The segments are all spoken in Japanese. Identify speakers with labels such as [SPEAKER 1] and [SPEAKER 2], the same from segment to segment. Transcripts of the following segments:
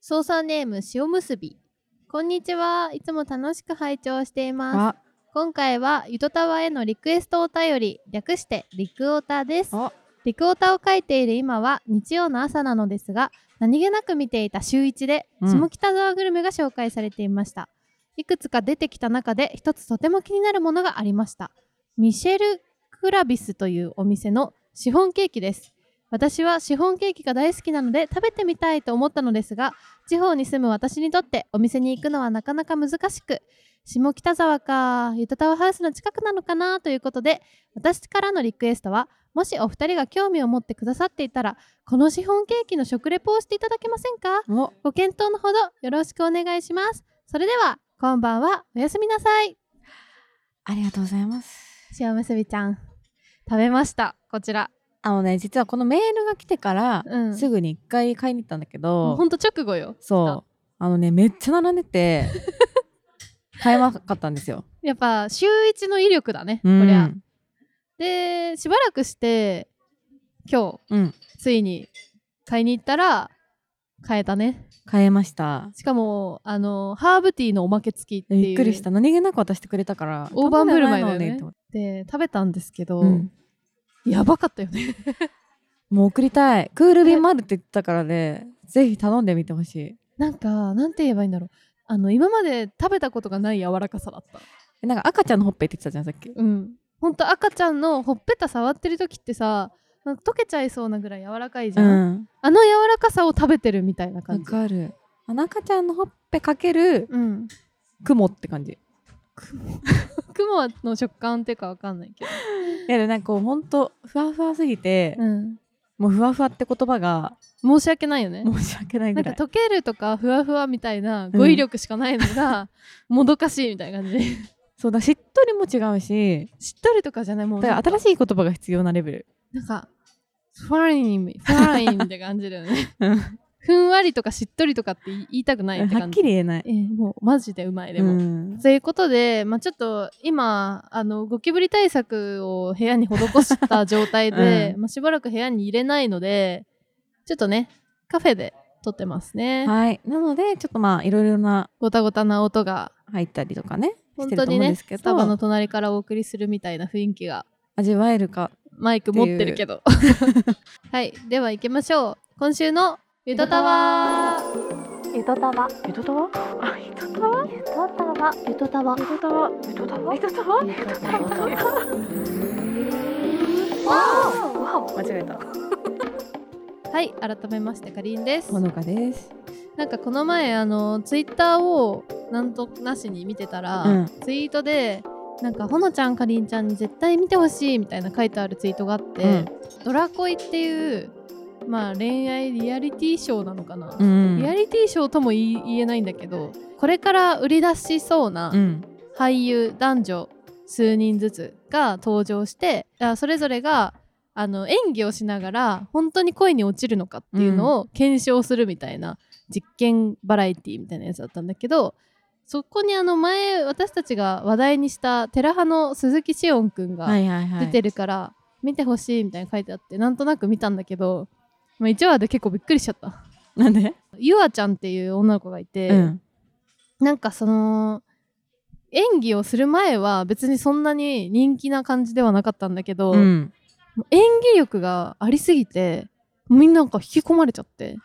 [SPEAKER 1] 操作ネーム塩むすびこんにちはいつも楽しく拝聴しています
[SPEAKER 2] あ、
[SPEAKER 1] 今回はゆとたわへのリクエストお便り略してリクオタです
[SPEAKER 2] あ
[SPEAKER 1] リクオタを書いている今は日曜の朝なのですが何気なく見ていた週一で
[SPEAKER 2] うん
[SPEAKER 1] 下北沢グルメが紹介されていました、いくつか出てきた中で一つとても気になるものがありましたミシェル・クラビスというお店のシフォンケーキです私はシフォンケーキが大好きなので食べてみたいと思ったのですが地方に住む私にとってお店に行くのはなかなか難しく下北沢かゆとたわハウスの近くなのかなということで私からのリクエストはもしお二人が興味を持ってくださっていたらこのシフォンケーキの食レポをしていただけませんか
[SPEAKER 2] お、
[SPEAKER 1] ご検討のほどよろしくお願いしますそれではこんばんはおやすみなさい
[SPEAKER 2] ありがとうございます。
[SPEAKER 1] 塩むすびちゃん食べましたこちら
[SPEAKER 2] あのね、実はこのメールが来てから、
[SPEAKER 1] うん
[SPEAKER 2] すぐに一回買いに行ったんだけ
[SPEAKER 1] も
[SPEAKER 2] ど
[SPEAKER 1] う、ほんと直後よ
[SPEAKER 2] そう。あのね、めっちゃ並ん でて、買えなかったんですよ。
[SPEAKER 1] やっぱ週一の威力だねこ
[SPEAKER 2] うん
[SPEAKER 1] りゃでしばらくして今
[SPEAKER 2] うん。
[SPEAKER 1] 日ついに買いに行ったら買えたね
[SPEAKER 2] 買えました。
[SPEAKER 1] しかもあのハーブティーのおまけ付きっていう
[SPEAKER 2] びっくりした。何気なく渡してくれたから、
[SPEAKER 1] 大盤振る舞いだよね
[SPEAKER 2] 頼んでないのって思っ
[SPEAKER 1] で
[SPEAKER 2] て
[SPEAKER 1] 食べたんですけど、
[SPEAKER 2] うん
[SPEAKER 1] やばかったよね
[SPEAKER 2] もう送りたい。クール便もあるって言ってたからね、ぜひ頼んでみてほしい。
[SPEAKER 1] なんかなんて言えばいいんだろうあの今まで食べたことがない柔らかさだった
[SPEAKER 2] えなんか赤ちゃんのほっぺって言ってたじゃん、さっき。
[SPEAKER 1] うんほんと赤ちゃんのほっぺた触ってる時ってさなんか溶けちゃいそうなぐらい柔らかいじゃん、
[SPEAKER 2] ん。
[SPEAKER 1] あの柔らかさを食べてるみたいな
[SPEAKER 2] わ
[SPEAKER 1] 感じ
[SPEAKER 2] かる。あの赤ちゃんのほっぺかける
[SPEAKER 1] うん
[SPEAKER 2] 雲って感じ。い
[SPEAKER 1] 雲の食感っていうかわかんないけど、
[SPEAKER 2] や、でもなんかこう、ほんと、ふわふわすぎて、
[SPEAKER 1] うん、
[SPEAKER 2] もうふわふわって言葉が
[SPEAKER 1] 申し訳ないよね
[SPEAKER 2] 申し訳ない
[SPEAKER 1] な
[SPEAKER 2] ぐ
[SPEAKER 1] んから
[SPEAKER 2] い。
[SPEAKER 1] 溶けるとかふわふわみたいな語彙力しかないの が、もどかしいみたいな感じで
[SPEAKER 2] そうだ、しっとりも違うし、
[SPEAKER 1] しっとりとかじゃないもう
[SPEAKER 2] だか
[SPEAKER 1] な
[SPEAKER 2] ら
[SPEAKER 1] んか
[SPEAKER 2] 新しい言葉が必要なレベル。
[SPEAKER 1] なんかファインファインって感じだよね
[SPEAKER 2] うん
[SPEAKER 1] ふんわりとかしっとりとかって言いたくないって
[SPEAKER 2] はっ
[SPEAKER 1] 感じ。
[SPEAKER 2] きり言えない。
[SPEAKER 1] ええもうマジでうまいでも。
[SPEAKER 2] うん
[SPEAKER 1] ということで、まあ、ちょっと今あのゴキブリ対策を部屋に施した状態で、
[SPEAKER 2] う
[SPEAKER 1] まあ、しばらく部屋に入れないのでちょっとねカフェで撮ってますね、
[SPEAKER 2] はい。なので、ちょっとまあ、いろいろな
[SPEAKER 1] ごたごたな音が
[SPEAKER 2] 入ったりとかね、し
[SPEAKER 1] 本
[SPEAKER 2] て
[SPEAKER 1] 当
[SPEAKER 2] ると
[SPEAKER 1] に
[SPEAKER 2] 思うん
[SPEAKER 1] ね
[SPEAKER 2] ですけ
[SPEAKER 1] スタバの
[SPEAKER 2] ど、
[SPEAKER 1] 隣からお送りするみたいな雰囲気が
[SPEAKER 2] 味わえるか。
[SPEAKER 1] マイク持ってるけど はいでは行きましょう今週の「ゆとたわー」
[SPEAKER 3] ゆとたわ
[SPEAKER 2] ゆとたわあ、ゆとたわ
[SPEAKER 3] ゆとたわゆとたわ
[SPEAKER 2] ゆとたわゆとたわゆとたわ間違えた。
[SPEAKER 1] はい改めましてかりんです
[SPEAKER 2] ほのかです。
[SPEAKER 1] なんかこの前あのツイッターをなんとなしに見てたら、
[SPEAKER 2] うん
[SPEAKER 1] ツイートでなんかほのちゃんかりんちゃんに絶対見てほしいみたいな書いてあるツイートがあって、
[SPEAKER 2] うん
[SPEAKER 1] ドラコイっていうまあ恋愛リアリティショーなのかな、
[SPEAKER 2] ん
[SPEAKER 1] リアリティショーとも言い言えないんだけどこれから売り出しそうな
[SPEAKER 2] うん。
[SPEAKER 1] 俳優男女数人ずつが登場してあそれぞれがあの演技をしながら本当に恋に落ちるのかっていうのを検証するみたいな実験バラエティみたいなやつだったんだけどそこにあの前私たちが話題にした寺派の鈴木紫音くん
[SPEAKER 2] は
[SPEAKER 1] が
[SPEAKER 2] いはいは
[SPEAKER 1] 出
[SPEAKER 2] い。
[SPEAKER 1] てるから見てほしいみたいに書いてあってなんとなく見たんだけど、まあ、1話で結構びっくりしちゃった。
[SPEAKER 2] なんで？
[SPEAKER 1] ゆあちゃんっていう女の子がいて、
[SPEAKER 2] うん。
[SPEAKER 1] なんかその演技をする前は別にそんなに人気な感じではなかったんだけど、
[SPEAKER 2] うん。
[SPEAKER 1] もう演技力がありすぎてみんななんか引き込まれちゃって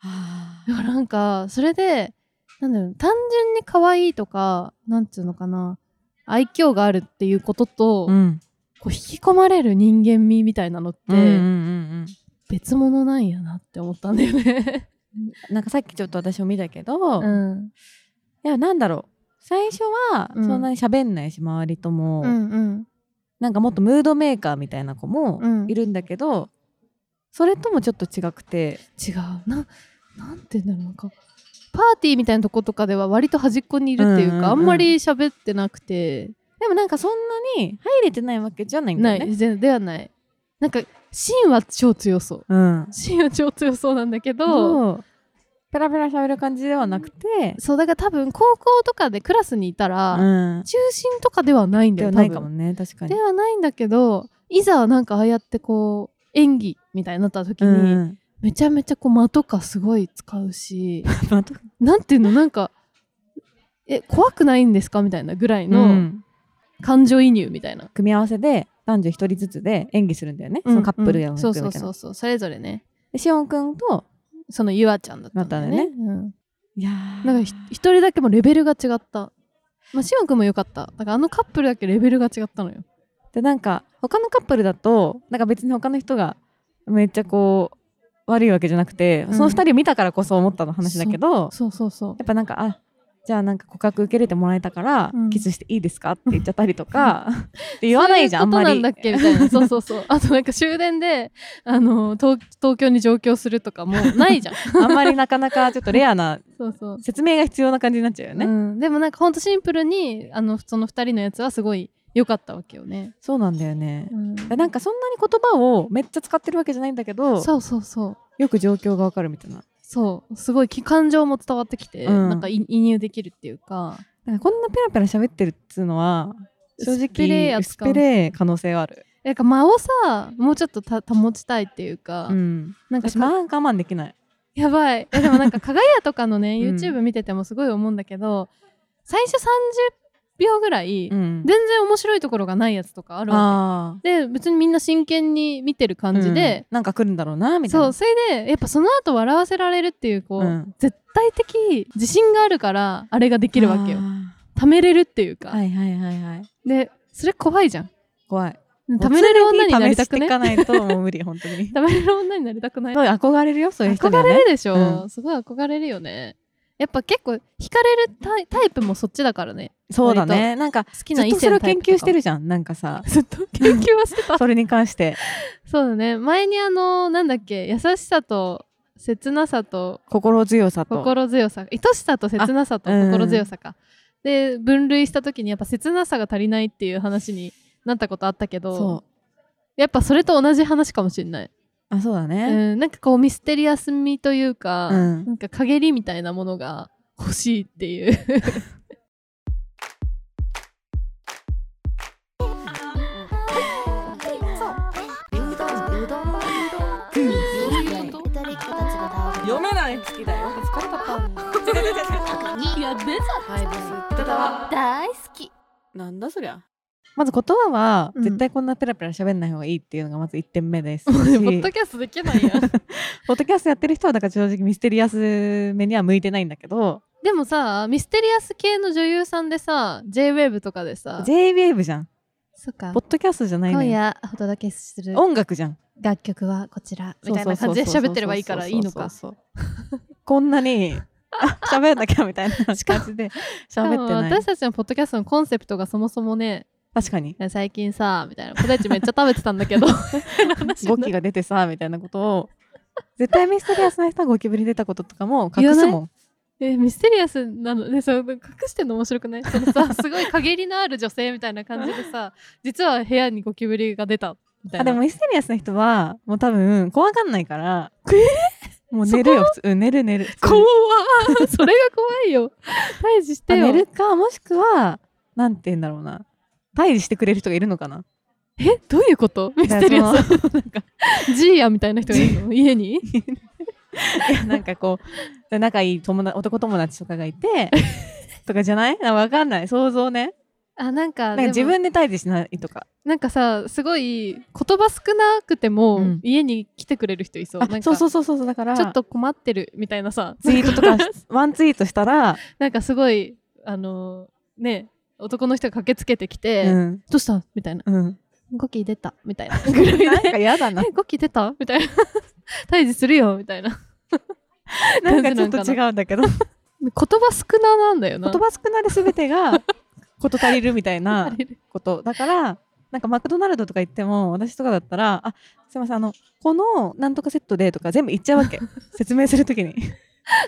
[SPEAKER 2] あ
[SPEAKER 1] だからなんかそれでなんだろう単純に可愛いとかなんつうのかな愛嬌があるっていうことと、
[SPEAKER 2] うん。
[SPEAKER 1] こう引き込まれる人間味みたいなのって
[SPEAKER 2] うんうんうん
[SPEAKER 1] 別物なんやなって思ったんだよ ね。
[SPEAKER 2] うん。なんかさっきちょっと私も見たけど、
[SPEAKER 1] う
[SPEAKER 2] い
[SPEAKER 1] ん、
[SPEAKER 2] やなんだろう。最初は
[SPEAKER 1] うん
[SPEAKER 2] そんなに喋んないし、周りとも、
[SPEAKER 1] うんうん
[SPEAKER 2] なんかもっとムードメーカーみたいな子も
[SPEAKER 1] うん
[SPEAKER 2] いるんだけど、それともちょっと違くて、
[SPEAKER 1] 違うななんて言うんだろうなんかパーティーみたいなとことかでは割と端っこにいるっていうか、
[SPEAKER 2] うんうんうん
[SPEAKER 1] あんまり喋ってなくて
[SPEAKER 2] でもなんかそんなに入れてないわけじゃないんだ
[SPEAKER 1] ない
[SPEAKER 2] よね。
[SPEAKER 1] 全ではないなんか芯は超強そう
[SPEAKER 2] うん。
[SPEAKER 1] 芯は超強そうなんだけど、
[SPEAKER 2] そうペラペラ喋る感じではなくて、
[SPEAKER 1] そうだから多分高校とかでクラスにいたら、
[SPEAKER 2] うん。
[SPEAKER 1] 中心とかではないんだ
[SPEAKER 2] で
[SPEAKER 1] よ多分
[SPEAKER 2] はないかもね、確かに
[SPEAKER 1] で。はないんだけどいざなんかああやってこう演技みたいになった時に、
[SPEAKER 2] うんうん
[SPEAKER 1] めちゃめちゃこう間とかすごい使うし
[SPEAKER 2] また
[SPEAKER 1] なんていうのなんかえ怖くないんですかみたいなぐらい
[SPEAKER 2] の、
[SPEAKER 1] の感情移入みたいな、
[SPEAKER 2] 組み合わせで男女一人ずつで演技するんだよね、そのカップルやの
[SPEAKER 1] うん
[SPEAKER 2] み
[SPEAKER 1] そ
[SPEAKER 2] た
[SPEAKER 1] う
[SPEAKER 2] いな
[SPEAKER 1] そうそうそうそれぞれね
[SPEAKER 2] でしおんくんと
[SPEAKER 1] そのゆあちゃんだったんだよね
[SPEAKER 2] だっ
[SPEAKER 1] うん
[SPEAKER 2] いや
[SPEAKER 1] なんかひ一人だけもうレベルが違ったまあしおんくんもよかっただからあのカップルだけレベルが違ったのよ
[SPEAKER 2] でなんか他のカップルだとなんか別に他の人がめっちゃこう悪いわけじゃなくて、
[SPEAKER 1] うん
[SPEAKER 2] その二人見たからこそ思ったの話だけど
[SPEAKER 1] そうそうそう
[SPEAKER 2] やっぱなんかあじゃあなんか告白受け入れてもらえたから、
[SPEAKER 1] うん
[SPEAKER 2] キスしていいですかって言っちゃったりとか って言わないじゃんあんま
[SPEAKER 1] そうい
[SPEAKER 2] り
[SPEAKER 1] うことなんだっけみたいな。そうそうそう。 あとなんか終電で、あの、東東京に上京するとかもうない じゃん。
[SPEAKER 2] あんまりなかなかちょっとレアな
[SPEAKER 1] そうそう。
[SPEAKER 2] 説明が必要な感じになっちゃうよね、
[SPEAKER 1] うん、でもなんかほんとシンプルに、あの、その二人のやつはすごい良かったわけよね。
[SPEAKER 2] そうなんだよね
[SPEAKER 1] う、ん、
[SPEAKER 2] なんかそんなに言葉をめっちゃ使ってるわけじゃないんだけど
[SPEAKER 1] そうそうそう。
[SPEAKER 2] よく状況がわかるみたいな
[SPEAKER 1] そう。すごいき感情も伝わってきて、
[SPEAKER 2] うん
[SPEAKER 1] なんかい移入できるっていうか。
[SPEAKER 2] なんかこんなペラペラ喋ってるっつうのは正直
[SPEAKER 1] 薄っぺれえやつかも
[SPEAKER 2] 薄っぺれえ可能性はある、
[SPEAKER 1] なんか間をさ、もうちょっとた保ちたいっていうか、
[SPEAKER 2] うん、
[SPEAKER 1] なんか
[SPEAKER 2] 私
[SPEAKER 1] か
[SPEAKER 2] まあ我慢できない
[SPEAKER 1] やば い。えでもなんか、かがやとかのね、
[SPEAKER 2] うん
[SPEAKER 1] YouTube 見ててもすごい思うんだけど、最初30秒ぐらい、
[SPEAKER 2] うん
[SPEAKER 1] 全然面白いところがないやつとかあるわ
[SPEAKER 2] あー
[SPEAKER 1] で別にみんな真剣に見てる感じで、
[SPEAKER 2] うんなんか来るんだろうなみたい
[SPEAKER 1] そ
[SPEAKER 2] な
[SPEAKER 1] うそれでやっぱその後笑わせられるっていうこう、
[SPEAKER 2] うん
[SPEAKER 1] 絶対的自信があるからあれができるわけよ
[SPEAKER 2] あ
[SPEAKER 1] 貯めれるっていうか、
[SPEAKER 2] ーはいはいはいはい
[SPEAKER 1] でそれ怖いじゃん
[SPEAKER 2] 怖い
[SPEAKER 1] 貯めれる女になりたく
[SPEAKER 2] も
[SPEAKER 1] ね
[SPEAKER 2] う常に試していかないともう無理本当に
[SPEAKER 1] 貯めれる女になりたくない
[SPEAKER 2] すごい憧れるよそういう人
[SPEAKER 1] 憧
[SPEAKER 2] には
[SPEAKER 1] れ
[SPEAKER 2] ね
[SPEAKER 1] るでしょ、
[SPEAKER 2] う
[SPEAKER 1] すごい憧れるよねやっぱ結構惹かれるタイタイプもそっちだからね
[SPEAKER 2] そうだねなんか
[SPEAKER 1] 好き
[SPEAKER 2] ず
[SPEAKER 1] な
[SPEAKER 2] っ
[SPEAKER 1] 異
[SPEAKER 2] と
[SPEAKER 1] 性
[SPEAKER 2] それ
[SPEAKER 1] の
[SPEAKER 2] を
[SPEAKER 1] タイ
[SPEAKER 2] 研
[SPEAKER 1] プ
[SPEAKER 2] 究して
[SPEAKER 1] る
[SPEAKER 2] るじゃんなんか さ
[SPEAKER 1] ずっと研究はしてた
[SPEAKER 2] それに関して
[SPEAKER 1] そうだね前にあのなんだっけ優しさと切なさと
[SPEAKER 2] 心強さと
[SPEAKER 1] 心強さ愛しさと切なさと
[SPEAKER 2] あうん
[SPEAKER 1] 心強さか、で分類した時にやっぱ切なさが足りないっていう話になったことあったけど
[SPEAKER 2] そ
[SPEAKER 1] やっぱそれと同じ話かもしれない、
[SPEAKER 2] うあそうだ
[SPEAKER 1] う
[SPEAKER 2] ね
[SPEAKER 1] ん、なんかこうミステリアス味というか、
[SPEAKER 2] うん
[SPEAKER 1] なんか陰りみたいなものが欲しいっていう
[SPEAKER 2] 読めない好きだ よ
[SPEAKER 3] 大好き
[SPEAKER 4] なんだそりゃ。
[SPEAKER 2] まず言葉は
[SPEAKER 1] うん
[SPEAKER 2] 絶対こんなペラペラ喋んない方がいいっていうのがまず1点目 ですし、
[SPEAKER 1] ポ
[SPEAKER 2] ポ
[SPEAKER 1] ッ
[SPEAKER 2] ッ
[SPEAKER 1] ドキャストできないやん
[SPEAKER 2] ドキャストやってる人はだから正直ミステリアス目には向いてないんだけど
[SPEAKER 1] でもさミステリアス系の女優さんでさ JWAVE とかでさ
[SPEAKER 2] JWAVE じゃん
[SPEAKER 1] そっか
[SPEAKER 2] ポッドキャストじゃない
[SPEAKER 1] 今
[SPEAKER 2] ね
[SPEAKER 1] 夜お届けする
[SPEAKER 2] 音楽じゃん
[SPEAKER 1] 楽曲はこちらみたいな感じで喋ってればいいからいいのか
[SPEAKER 2] そうそうそうそうこんなにあ喋んなきゃみたいな
[SPEAKER 1] しか
[SPEAKER 2] 感じで
[SPEAKER 1] しか
[SPEAKER 2] 喋っ
[SPEAKER 1] も
[SPEAKER 2] てない
[SPEAKER 1] 私たちのポッドキャストのコンセプトがそもそもね
[SPEAKER 2] 確かに
[SPEAKER 1] 最近さみたいなポテチめっちゃ食べてたんだ けど話にな
[SPEAKER 2] 語気が出てさみたいなことを絶対ミステリアスな人はゴキブリ出たこととかも
[SPEAKER 1] 言
[SPEAKER 2] 隠
[SPEAKER 1] わな
[SPEAKER 2] す
[SPEAKER 1] い
[SPEAKER 2] もん
[SPEAKER 1] えミステリアスなのねそう隠してんの面白くないそのさすごい陰りのある女性みたいな感じでさ実は部屋にゴキブリが出たみた
[SPEAKER 2] あ
[SPEAKER 1] いな
[SPEAKER 2] でもミステリアスな人はもう多分怖がんないからもう寝るよ普通うん寝る寝る普通
[SPEAKER 1] 怖っ それが怖いよ退治して
[SPEAKER 2] あ
[SPEAKER 1] よ
[SPEAKER 2] 寝るかもしくはなんて言うんだろうな退治してくれる人がいるのかな
[SPEAKER 1] えどういうことミステリアス ジーヤみたいな人がいるの家に
[SPEAKER 2] いや なんかこう仲いい友達男友達とかがい てとかじゃないなわかんない想像ね
[SPEAKER 1] あなんか
[SPEAKER 2] なんか自分で退治しないとか
[SPEAKER 1] なんかさすごい言葉少なくても、
[SPEAKER 2] うん
[SPEAKER 1] 家に来てくれる人いそう
[SPEAKER 2] あ
[SPEAKER 1] なんか
[SPEAKER 2] そうそうそうそうだから
[SPEAKER 1] ちょっと困ってるみたいな さ
[SPEAKER 2] ツイートとかワンツイートしたら、
[SPEAKER 1] なんかすごいあのーね男の人が駆けつけてきて、
[SPEAKER 2] うん
[SPEAKER 1] どうしたみたいな
[SPEAKER 2] うん
[SPEAKER 1] ゴキ出たみたいなぐらいで
[SPEAKER 2] なんか嫌だな
[SPEAKER 1] えゴキ出たみたいな 退治するよみたいな
[SPEAKER 2] なんかちょっと違うんだけど言
[SPEAKER 1] 言葉少ななんだよな
[SPEAKER 2] 葉少なで全てが事足りるみた いな
[SPEAKER 1] 足りる
[SPEAKER 2] ことだからなんかマクドナルドとか行っても私とかだったら「あすいませんあのこのなんとかセットで」とか全部言っちゃう わけ説明するときに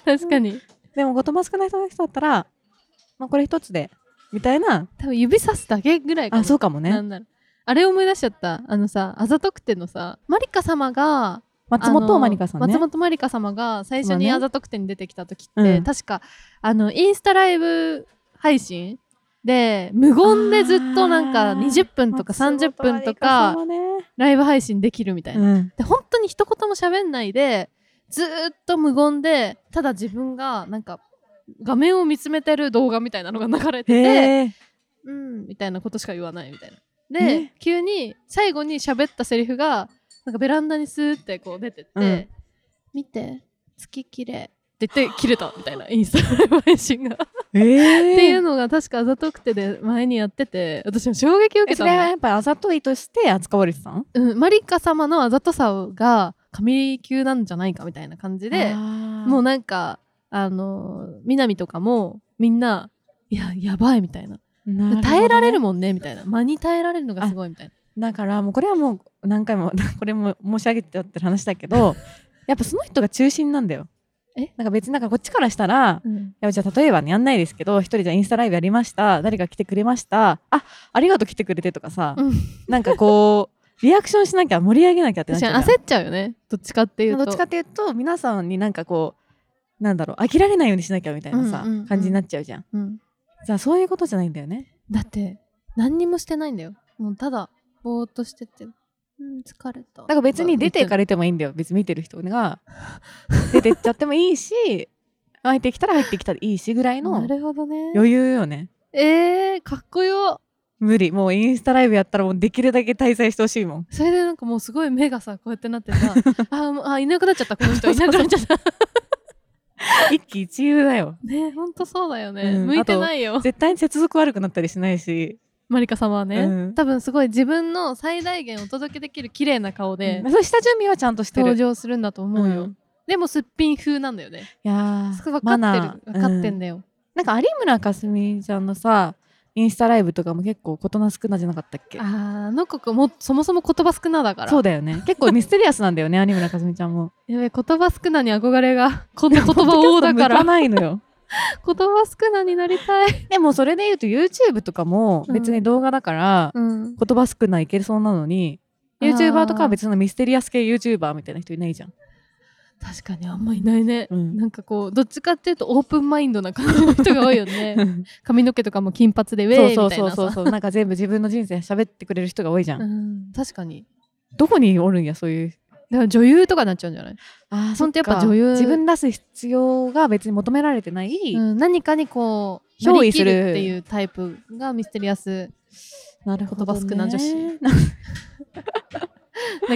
[SPEAKER 1] 確かに、
[SPEAKER 2] でも言葉少ない人だったら「まあ、これ一つで」みたいな
[SPEAKER 1] 多分指さすだけぐらいかも
[SPEAKER 2] あそうかも
[SPEAKER 1] な
[SPEAKER 2] ね
[SPEAKER 1] んだろうあれ思い出しちゃったあのさあざとくてのさマリカ様が
[SPEAKER 2] 松
[SPEAKER 1] あ
[SPEAKER 2] 本
[SPEAKER 1] の
[SPEAKER 2] まりかさんね
[SPEAKER 1] 松本まりか様が最初
[SPEAKER 2] そう
[SPEAKER 1] に
[SPEAKER 2] ね
[SPEAKER 1] あざとくてに出てきた時って、
[SPEAKER 2] うん
[SPEAKER 1] 確かあのインスタライブ配信で無言でずっとなんか
[SPEAKER 2] あー
[SPEAKER 1] 20分とか30分とか
[SPEAKER 2] 松本まりかさんはね
[SPEAKER 1] ライブ配信できるみたいな、
[SPEAKER 2] うん
[SPEAKER 1] で本当に一言も喋んないでずーっと無言でただ自分がなんか画面を見つめてる動画みたいなのが流れてて
[SPEAKER 2] へえ
[SPEAKER 1] うんみたいなことしか言わないみたいな。で
[SPEAKER 2] ね
[SPEAKER 1] 急に最後に喋ったセリフがなんかベランダにスーってこう出てって「
[SPEAKER 2] うん
[SPEAKER 1] 見て月綺麗って言って切れたみたいな インスタライブ配信 が。
[SPEAKER 2] え
[SPEAKER 1] っていう
[SPEAKER 2] の
[SPEAKER 1] のが確かあざとくてで前にやってて私も衝撃を受けた
[SPEAKER 2] それは
[SPEAKER 1] の
[SPEAKER 2] やっぱりあざといとして扱われてたん
[SPEAKER 1] うん、マリカ様のあざとさが神級なんじゃないかみたいな感じでも
[SPEAKER 2] も
[SPEAKER 1] うなんかあの南とかもみんないややばいみたいな耐えられるもんねみたいな間に耐えられるのがすごいみたいな
[SPEAKER 2] だからもうこれはもう何回もこれも申し上げてたって話だけ どやっぱその人が中心なんだよ。
[SPEAKER 1] え
[SPEAKER 2] なんか別になんかこっちからしたら
[SPEAKER 1] うん、
[SPEAKER 2] いやじゃあ例えばねやんないですけど一人じゃあインスタライブやりました誰か来てくれましたあありがとう来てくれてとかさ、
[SPEAKER 1] うん
[SPEAKER 2] なんかこう リアクションしなきゃ盛り上げなきゃってなっ
[SPEAKER 1] 確
[SPEAKER 2] ち
[SPEAKER 1] かに
[SPEAKER 2] ゃうじゃん
[SPEAKER 1] 焦っちゃうよねどっちかっていう
[SPEAKER 2] ま
[SPEAKER 1] と
[SPEAKER 2] あどっちかっていうと皆さんになんかこうなんだろう飽きられないようにしなきゃみたいなさ、
[SPEAKER 1] うんうんうん
[SPEAKER 2] 感じになっちゃうじゃん
[SPEAKER 1] うん、
[SPEAKER 2] じゃあそういうことじゃないんだよね
[SPEAKER 1] だって何にもしてないんだよもうただぼーっとしてて、うん、疲れただ
[SPEAKER 2] だから別に出ていか
[SPEAKER 1] れ
[SPEAKER 2] れてもいいんだよ別に見てる人が出てっちゃってもいいし入ってきたら入ってきたらいいしぐらい
[SPEAKER 1] な
[SPEAKER 2] の
[SPEAKER 1] るほどね
[SPEAKER 2] 余裕よね
[SPEAKER 1] えー、かっこよ
[SPEAKER 2] 無理もうインスタライブやったらもうできるだけ滞在してほしいもん
[SPEAKER 1] それでなんかもうすごい目がさこうやってなって さあーもうあいなくなっちゃったこの人いなくなっちゃった
[SPEAKER 2] 一喜一憂だよ
[SPEAKER 1] ねほんとそうだよね、
[SPEAKER 2] うん
[SPEAKER 1] 向いてない よ
[SPEAKER 2] 絶対に接続悪くなったりしないし、
[SPEAKER 1] マリカ様はね、
[SPEAKER 2] うん
[SPEAKER 1] 多分すごい自分の最大限お届けできる綺麗な顔で
[SPEAKER 2] うんそう下準備はちゃんとしてる
[SPEAKER 1] 登場するんだと思うよ、
[SPEAKER 2] うん
[SPEAKER 1] でもすっぴん風なんだよね
[SPEAKER 2] いや
[SPEAKER 1] そ
[SPEAKER 2] ー
[SPEAKER 1] こ分か
[SPEAKER 2] マ
[SPEAKER 1] ってる
[SPEAKER 2] ナー
[SPEAKER 1] 分かって
[SPEAKER 2] うん
[SPEAKER 1] んだよ、
[SPEAKER 2] なんか有村架純ちゃんのさインスタライブとかも結構事な少なじゃなかったっけ
[SPEAKER 1] あーあの子もそもそも言葉少なだから
[SPEAKER 2] そうだよね結構ミステリアスなんだよね有村架純ちゃんも
[SPEAKER 1] やべえ言葉少なに憧れ がこんな言葉王だか
[SPEAKER 2] ポッドキャスト向から
[SPEAKER 1] 言
[SPEAKER 2] ないのよ
[SPEAKER 1] 葉少なになりたい、
[SPEAKER 2] でもそれで言うと YouTube とかも別に動画だから、
[SPEAKER 1] うん、
[SPEAKER 2] 言葉少ないいけそうなのに
[SPEAKER 1] あー
[SPEAKER 2] YouTuber とかは別のミステリアス系 YouTuber みたいな人いないじゃん、
[SPEAKER 1] 確かにあんまいないね
[SPEAKER 2] うん
[SPEAKER 1] なんかこうどっちかっていうとオープンマインドな感じの人が多いよね 髪の毛とかも金髪でウェ
[SPEAKER 2] そう
[SPEAKER 1] ーイ
[SPEAKER 2] そ
[SPEAKER 1] み
[SPEAKER 2] う
[SPEAKER 1] たい
[SPEAKER 2] そう
[SPEAKER 1] な
[SPEAKER 2] そう
[SPEAKER 1] さ
[SPEAKER 2] そうなんか全部自分の人生喋ってくれる人が多いじゃん、
[SPEAKER 1] うん確かに
[SPEAKER 2] どこにおるんやそういう
[SPEAKER 1] だから女優とかになっちゃうんじゃない、
[SPEAKER 2] あ
[SPEAKER 1] そっか女優
[SPEAKER 2] 自分出す必要が別に求められてない、
[SPEAKER 1] うん、何かにこう
[SPEAKER 2] 憑依する
[SPEAKER 1] 乗り切っていうタイプがミステリア ス
[SPEAKER 2] なる
[SPEAKER 1] 言葉少な女子で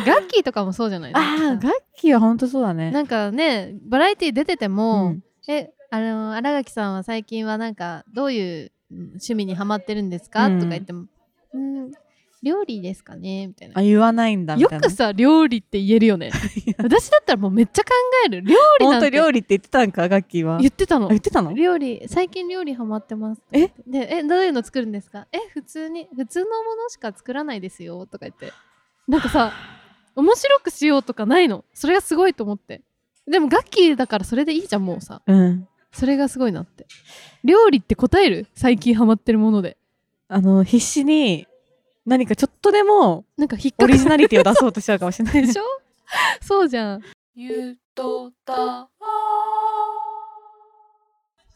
[SPEAKER 1] ガッキーとかもそうじゃないな
[SPEAKER 2] ああ
[SPEAKER 1] んかさ
[SPEAKER 2] 楽器は本当そうだね
[SPEAKER 1] なんかねバラエティ出てて
[SPEAKER 2] う
[SPEAKER 1] も、
[SPEAKER 2] ん
[SPEAKER 1] えあの新垣さんは最近はなんかどういううん趣味にハマってるんですか、
[SPEAKER 2] うん
[SPEAKER 1] とか言っても「うん料理ですかね」みたいな
[SPEAKER 2] あ。言わないんだみ
[SPEAKER 1] よ
[SPEAKER 2] たいな
[SPEAKER 1] くさ料理って言えるよ ね私だったらもうめっちゃ考える料理な
[SPEAKER 2] 本
[SPEAKER 1] ん
[SPEAKER 2] 当
[SPEAKER 1] て
[SPEAKER 2] 料理って言ってたんかガッキーは
[SPEAKER 1] 言ってたの
[SPEAKER 2] あ言ってたの
[SPEAKER 1] 料理最近料理ハマってます
[SPEAKER 2] え
[SPEAKER 1] でえどういうの作るんですかえ普通に普通のものしか作らないですよとか言ってなんかさ面白くしようとかないのそれがすごいと思ってでもガッキーだからそれでいいじゃんもうさ
[SPEAKER 2] うん
[SPEAKER 1] それがすごいなって料理って答える最近ハマってるもので
[SPEAKER 2] あの必死に何かちょっとでも
[SPEAKER 1] なんか引っ
[SPEAKER 2] オ
[SPEAKER 1] かか
[SPEAKER 2] リジ
[SPEAKER 1] る
[SPEAKER 2] ナリティを出そうとしちゃうかもしれない
[SPEAKER 1] でしょ そうじゃん
[SPEAKER 2] ゆとた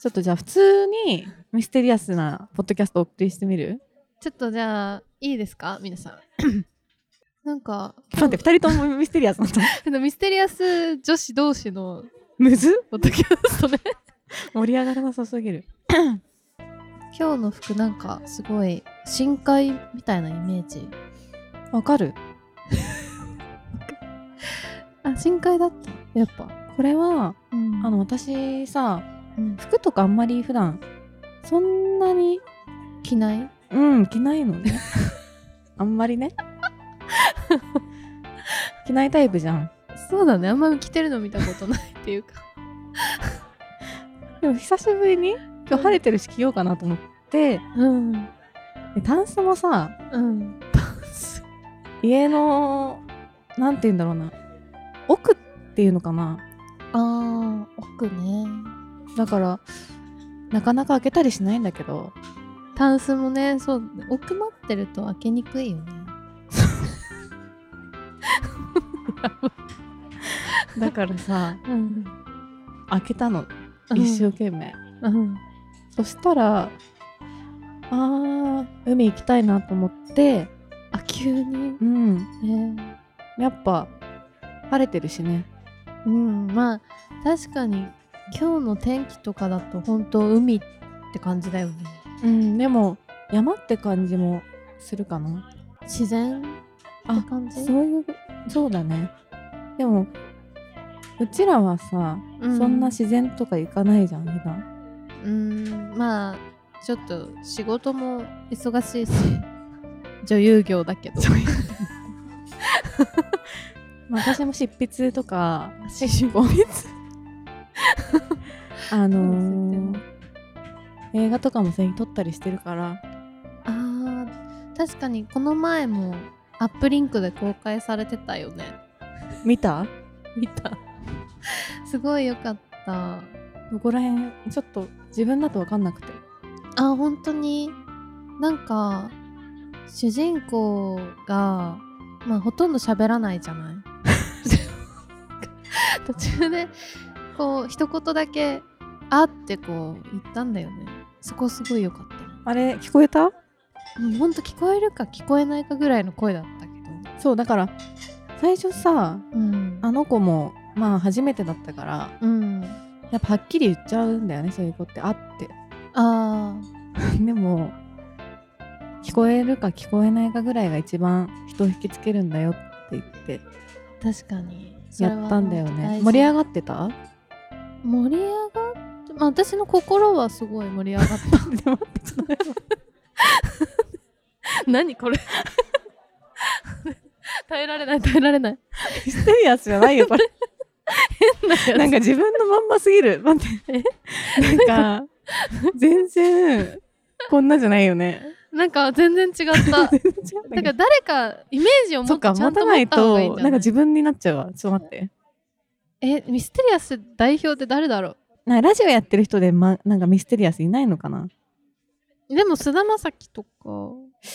[SPEAKER 2] ちょっとじゃあ普通にミステリアスなポッドキャストをお送りしてみる
[SPEAKER 1] ちょっとじゃあいいですか皆さん なんか
[SPEAKER 2] 待って二人ともミステリアスなんだ
[SPEAKER 1] あのミステリアス女子同士の
[SPEAKER 2] むず
[SPEAKER 1] ポッドキャストね
[SPEAKER 2] 盛り上がらなさすぎる
[SPEAKER 1] 今日の服なんかすごい深海みたいなイメージ
[SPEAKER 2] わかる
[SPEAKER 1] あ深海だったやっぱ
[SPEAKER 2] これは
[SPEAKER 1] うん
[SPEAKER 2] あの私さ
[SPEAKER 1] うん
[SPEAKER 2] 服とかあんまり普段そんなに
[SPEAKER 1] 着ない
[SPEAKER 2] うん着ないの ねあんまりね着ないタイプじゃん
[SPEAKER 1] そうだねあんま着てるの見たことないっていうか
[SPEAKER 2] でも久しぶりに今日晴れてるし着ようかなと思って
[SPEAKER 1] うん
[SPEAKER 2] でタンスもさ
[SPEAKER 1] うん
[SPEAKER 2] 家のなんて言うんだろうな奥っていうのかな
[SPEAKER 1] あー奥ね
[SPEAKER 2] だからなかなか開けたりしないんだけど
[SPEAKER 1] タンスもねそう奥まってると開けにくいよね
[SPEAKER 2] だから さ
[SPEAKER 1] うん
[SPEAKER 2] 開けたの一生懸命、
[SPEAKER 1] うん
[SPEAKER 2] そしたらあー海行きたいなと思って
[SPEAKER 1] あ急に
[SPEAKER 2] うん
[SPEAKER 1] ね
[SPEAKER 2] やっぱ晴れてるしね
[SPEAKER 1] うんまあ確かに今日の天気とかだと本当海って感じだよね
[SPEAKER 2] うんでも山って感じもするかな
[SPEAKER 1] 自然って感じ
[SPEAKER 2] そういうそうだねでもうちらはさ、
[SPEAKER 1] うん
[SPEAKER 2] そんな自然とか行かないじゃん普段
[SPEAKER 1] うんまあちょっと仕事も忙しい し女優業だけど
[SPEAKER 2] まあ、私も執筆とか
[SPEAKER 1] 執
[SPEAKER 2] 構 あ
[SPEAKER 1] そうです
[SPEAKER 2] の
[SPEAKER 1] よ
[SPEAKER 2] ー映画とかも最近撮ったりしてるから
[SPEAKER 1] あー確かにこの前もアップリンクで公開されてたよね
[SPEAKER 2] 見た
[SPEAKER 1] 見たすごいよかった
[SPEAKER 2] どこら辺ちょっと自分だと分かんなくて
[SPEAKER 1] あ本当になんか主人公がまあほとんど喋らないじゃ ない途中でこう一言だけ「あ」ってこう言ったんだよねそこすごい良かった
[SPEAKER 2] あれ聞こえた
[SPEAKER 1] うんほんと聞こえるか聞こえないかぐらいの声だったけ
[SPEAKER 2] そうだから最初さ
[SPEAKER 1] どうん
[SPEAKER 2] あの子もまあ初めてだったから
[SPEAKER 1] うん
[SPEAKER 2] やっぱはっきり言っちゃうんだよねそういう子ってあって
[SPEAKER 1] あ
[SPEAKER 2] でも聞こえるか聞こえないかぐらいが一番人を引きつけるんだよって言って
[SPEAKER 1] ー確かにそれは
[SPEAKER 2] やったんだよね
[SPEAKER 1] 大事
[SPEAKER 2] 盛り上がってた
[SPEAKER 1] 盛り上がって、まあ、私の心はすごい盛り上がった 何これ 耐えられない耐えられ ない
[SPEAKER 2] ヒステリアスじゃ ないよこれなんか自分のまんますぎる待 ってなんか全然こんなじゃないよね
[SPEAKER 1] なんか全然違 っただか
[SPEAKER 2] 全然違うんだけど
[SPEAKER 1] ら誰かイメージを持
[SPEAKER 2] そっ
[SPEAKER 1] ってちゃ
[SPEAKER 2] か
[SPEAKER 1] んと持っ
[SPEAKER 2] 持
[SPEAKER 1] た
[SPEAKER 2] た
[SPEAKER 1] 方
[SPEAKER 2] な
[SPEAKER 1] がいい
[SPEAKER 2] い
[SPEAKER 1] んじゃない
[SPEAKER 2] となんか自分になっちゃうわちょっと待って
[SPEAKER 1] えミステリアス代表って誰だろ
[SPEAKER 2] なんかラジオやってる人で、ま、なんかミステリアスいないのかな
[SPEAKER 1] うでも菅田将暉とか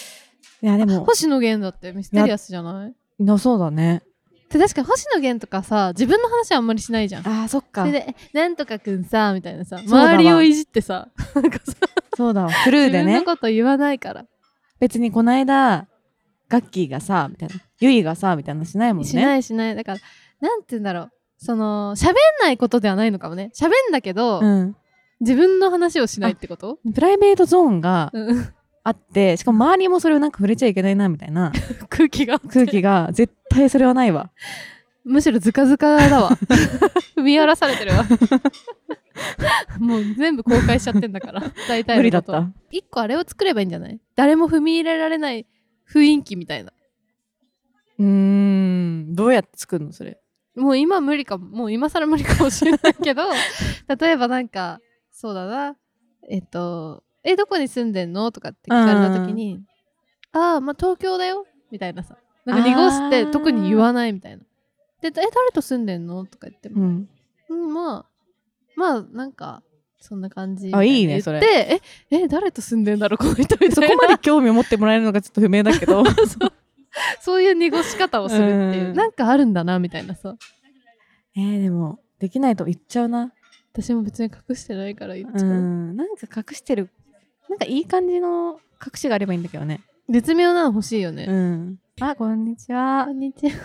[SPEAKER 2] いやでも
[SPEAKER 1] 星野源だってミステリアスじゃない
[SPEAKER 2] なそうだね
[SPEAKER 1] で確かに星野源とかさ自分の話はあんまりしないじゃん
[SPEAKER 2] あーそ
[SPEAKER 1] そ
[SPEAKER 2] っか
[SPEAKER 1] れで「えなんとかくんさ」みたいなさ
[SPEAKER 2] うだわ
[SPEAKER 1] 周りをいじってさなんかさ
[SPEAKER 2] そうだわスルー
[SPEAKER 1] 自
[SPEAKER 2] で
[SPEAKER 1] 分の
[SPEAKER 2] ね
[SPEAKER 1] こと言わないから
[SPEAKER 2] 別にこの間ガッキーがさみたいなユイがさみたいなのしないもんね
[SPEAKER 1] しないしないだからなんて言うんだろうその喋んないことではないのかもね喋んだけど、
[SPEAKER 2] うん、
[SPEAKER 1] 自分の話をしないってこと
[SPEAKER 2] プライベートゾーンが
[SPEAKER 1] うん
[SPEAKER 2] あってしかも周りもそれをなんか触れちゃいけないなみたい な
[SPEAKER 1] 空気が
[SPEAKER 2] 空気が絶対それはないわ
[SPEAKER 1] むしろズカズカだわ 踏み荒らされてるわもう全部公開しちゃってんだ から大体のこと
[SPEAKER 2] 無理だった
[SPEAKER 1] 一個あれを作ればいいんじゃない誰も踏み入れられない雰囲気みたいな
[SPEAKER 2] うーんどうやって作るのそれ
[SPEAKER 1] もう今無理かももう今更無理かもしれないけ ど例えばなんかそうだなえっと「えどこに住んでんの?」とかって聞かれた時に「ああまあ東京だよ」みたいなさなんか
[SPEAKER 2] あー
[SPEAKER 1] 濁して特に言わないみたいな「でえ誰と住んでんの?」とか言って
[SPEAKER 2] う
[SPEAKER 1] も
[SPEAKER 2] ん
[SPEAKER 1] 「うんまあまあなんかそんな感じ」
[SPEAKER 2] あいいね
[SPEAKER 1] みたな
[SPEAKER 2] そ
[SPEAKER 1] 言って「ええ誰と住んでんだろうこの人」み
[SPEAKER 2] そ
[SPEAKER 1] たい
[SPEAKER 2] こ
[SPEAKER 1] な
[SPEAKER 2] まで興味を持ってもらえるのがちょっと不明だけど
[SPEAKER 1] そういう濁し方をするっていううんなんかあるんだなみたいなさ
[SPEAKER 2] えーでもできないと言っちゃうな
[SPEAKER 1] 私も別に隠してないから言っ
[SPEAKER 2] う
[SPEAKER 1] ちゃう。
[SPEAKER 2] んなんか隠してるなんかいい感じの隠しがあればいいんだけどね
[SPEAKER 1] 絶妙なの欲しいよね。
[SPEAKER 2] うんあこんにち は
[SPEAKER 1] こんにちは。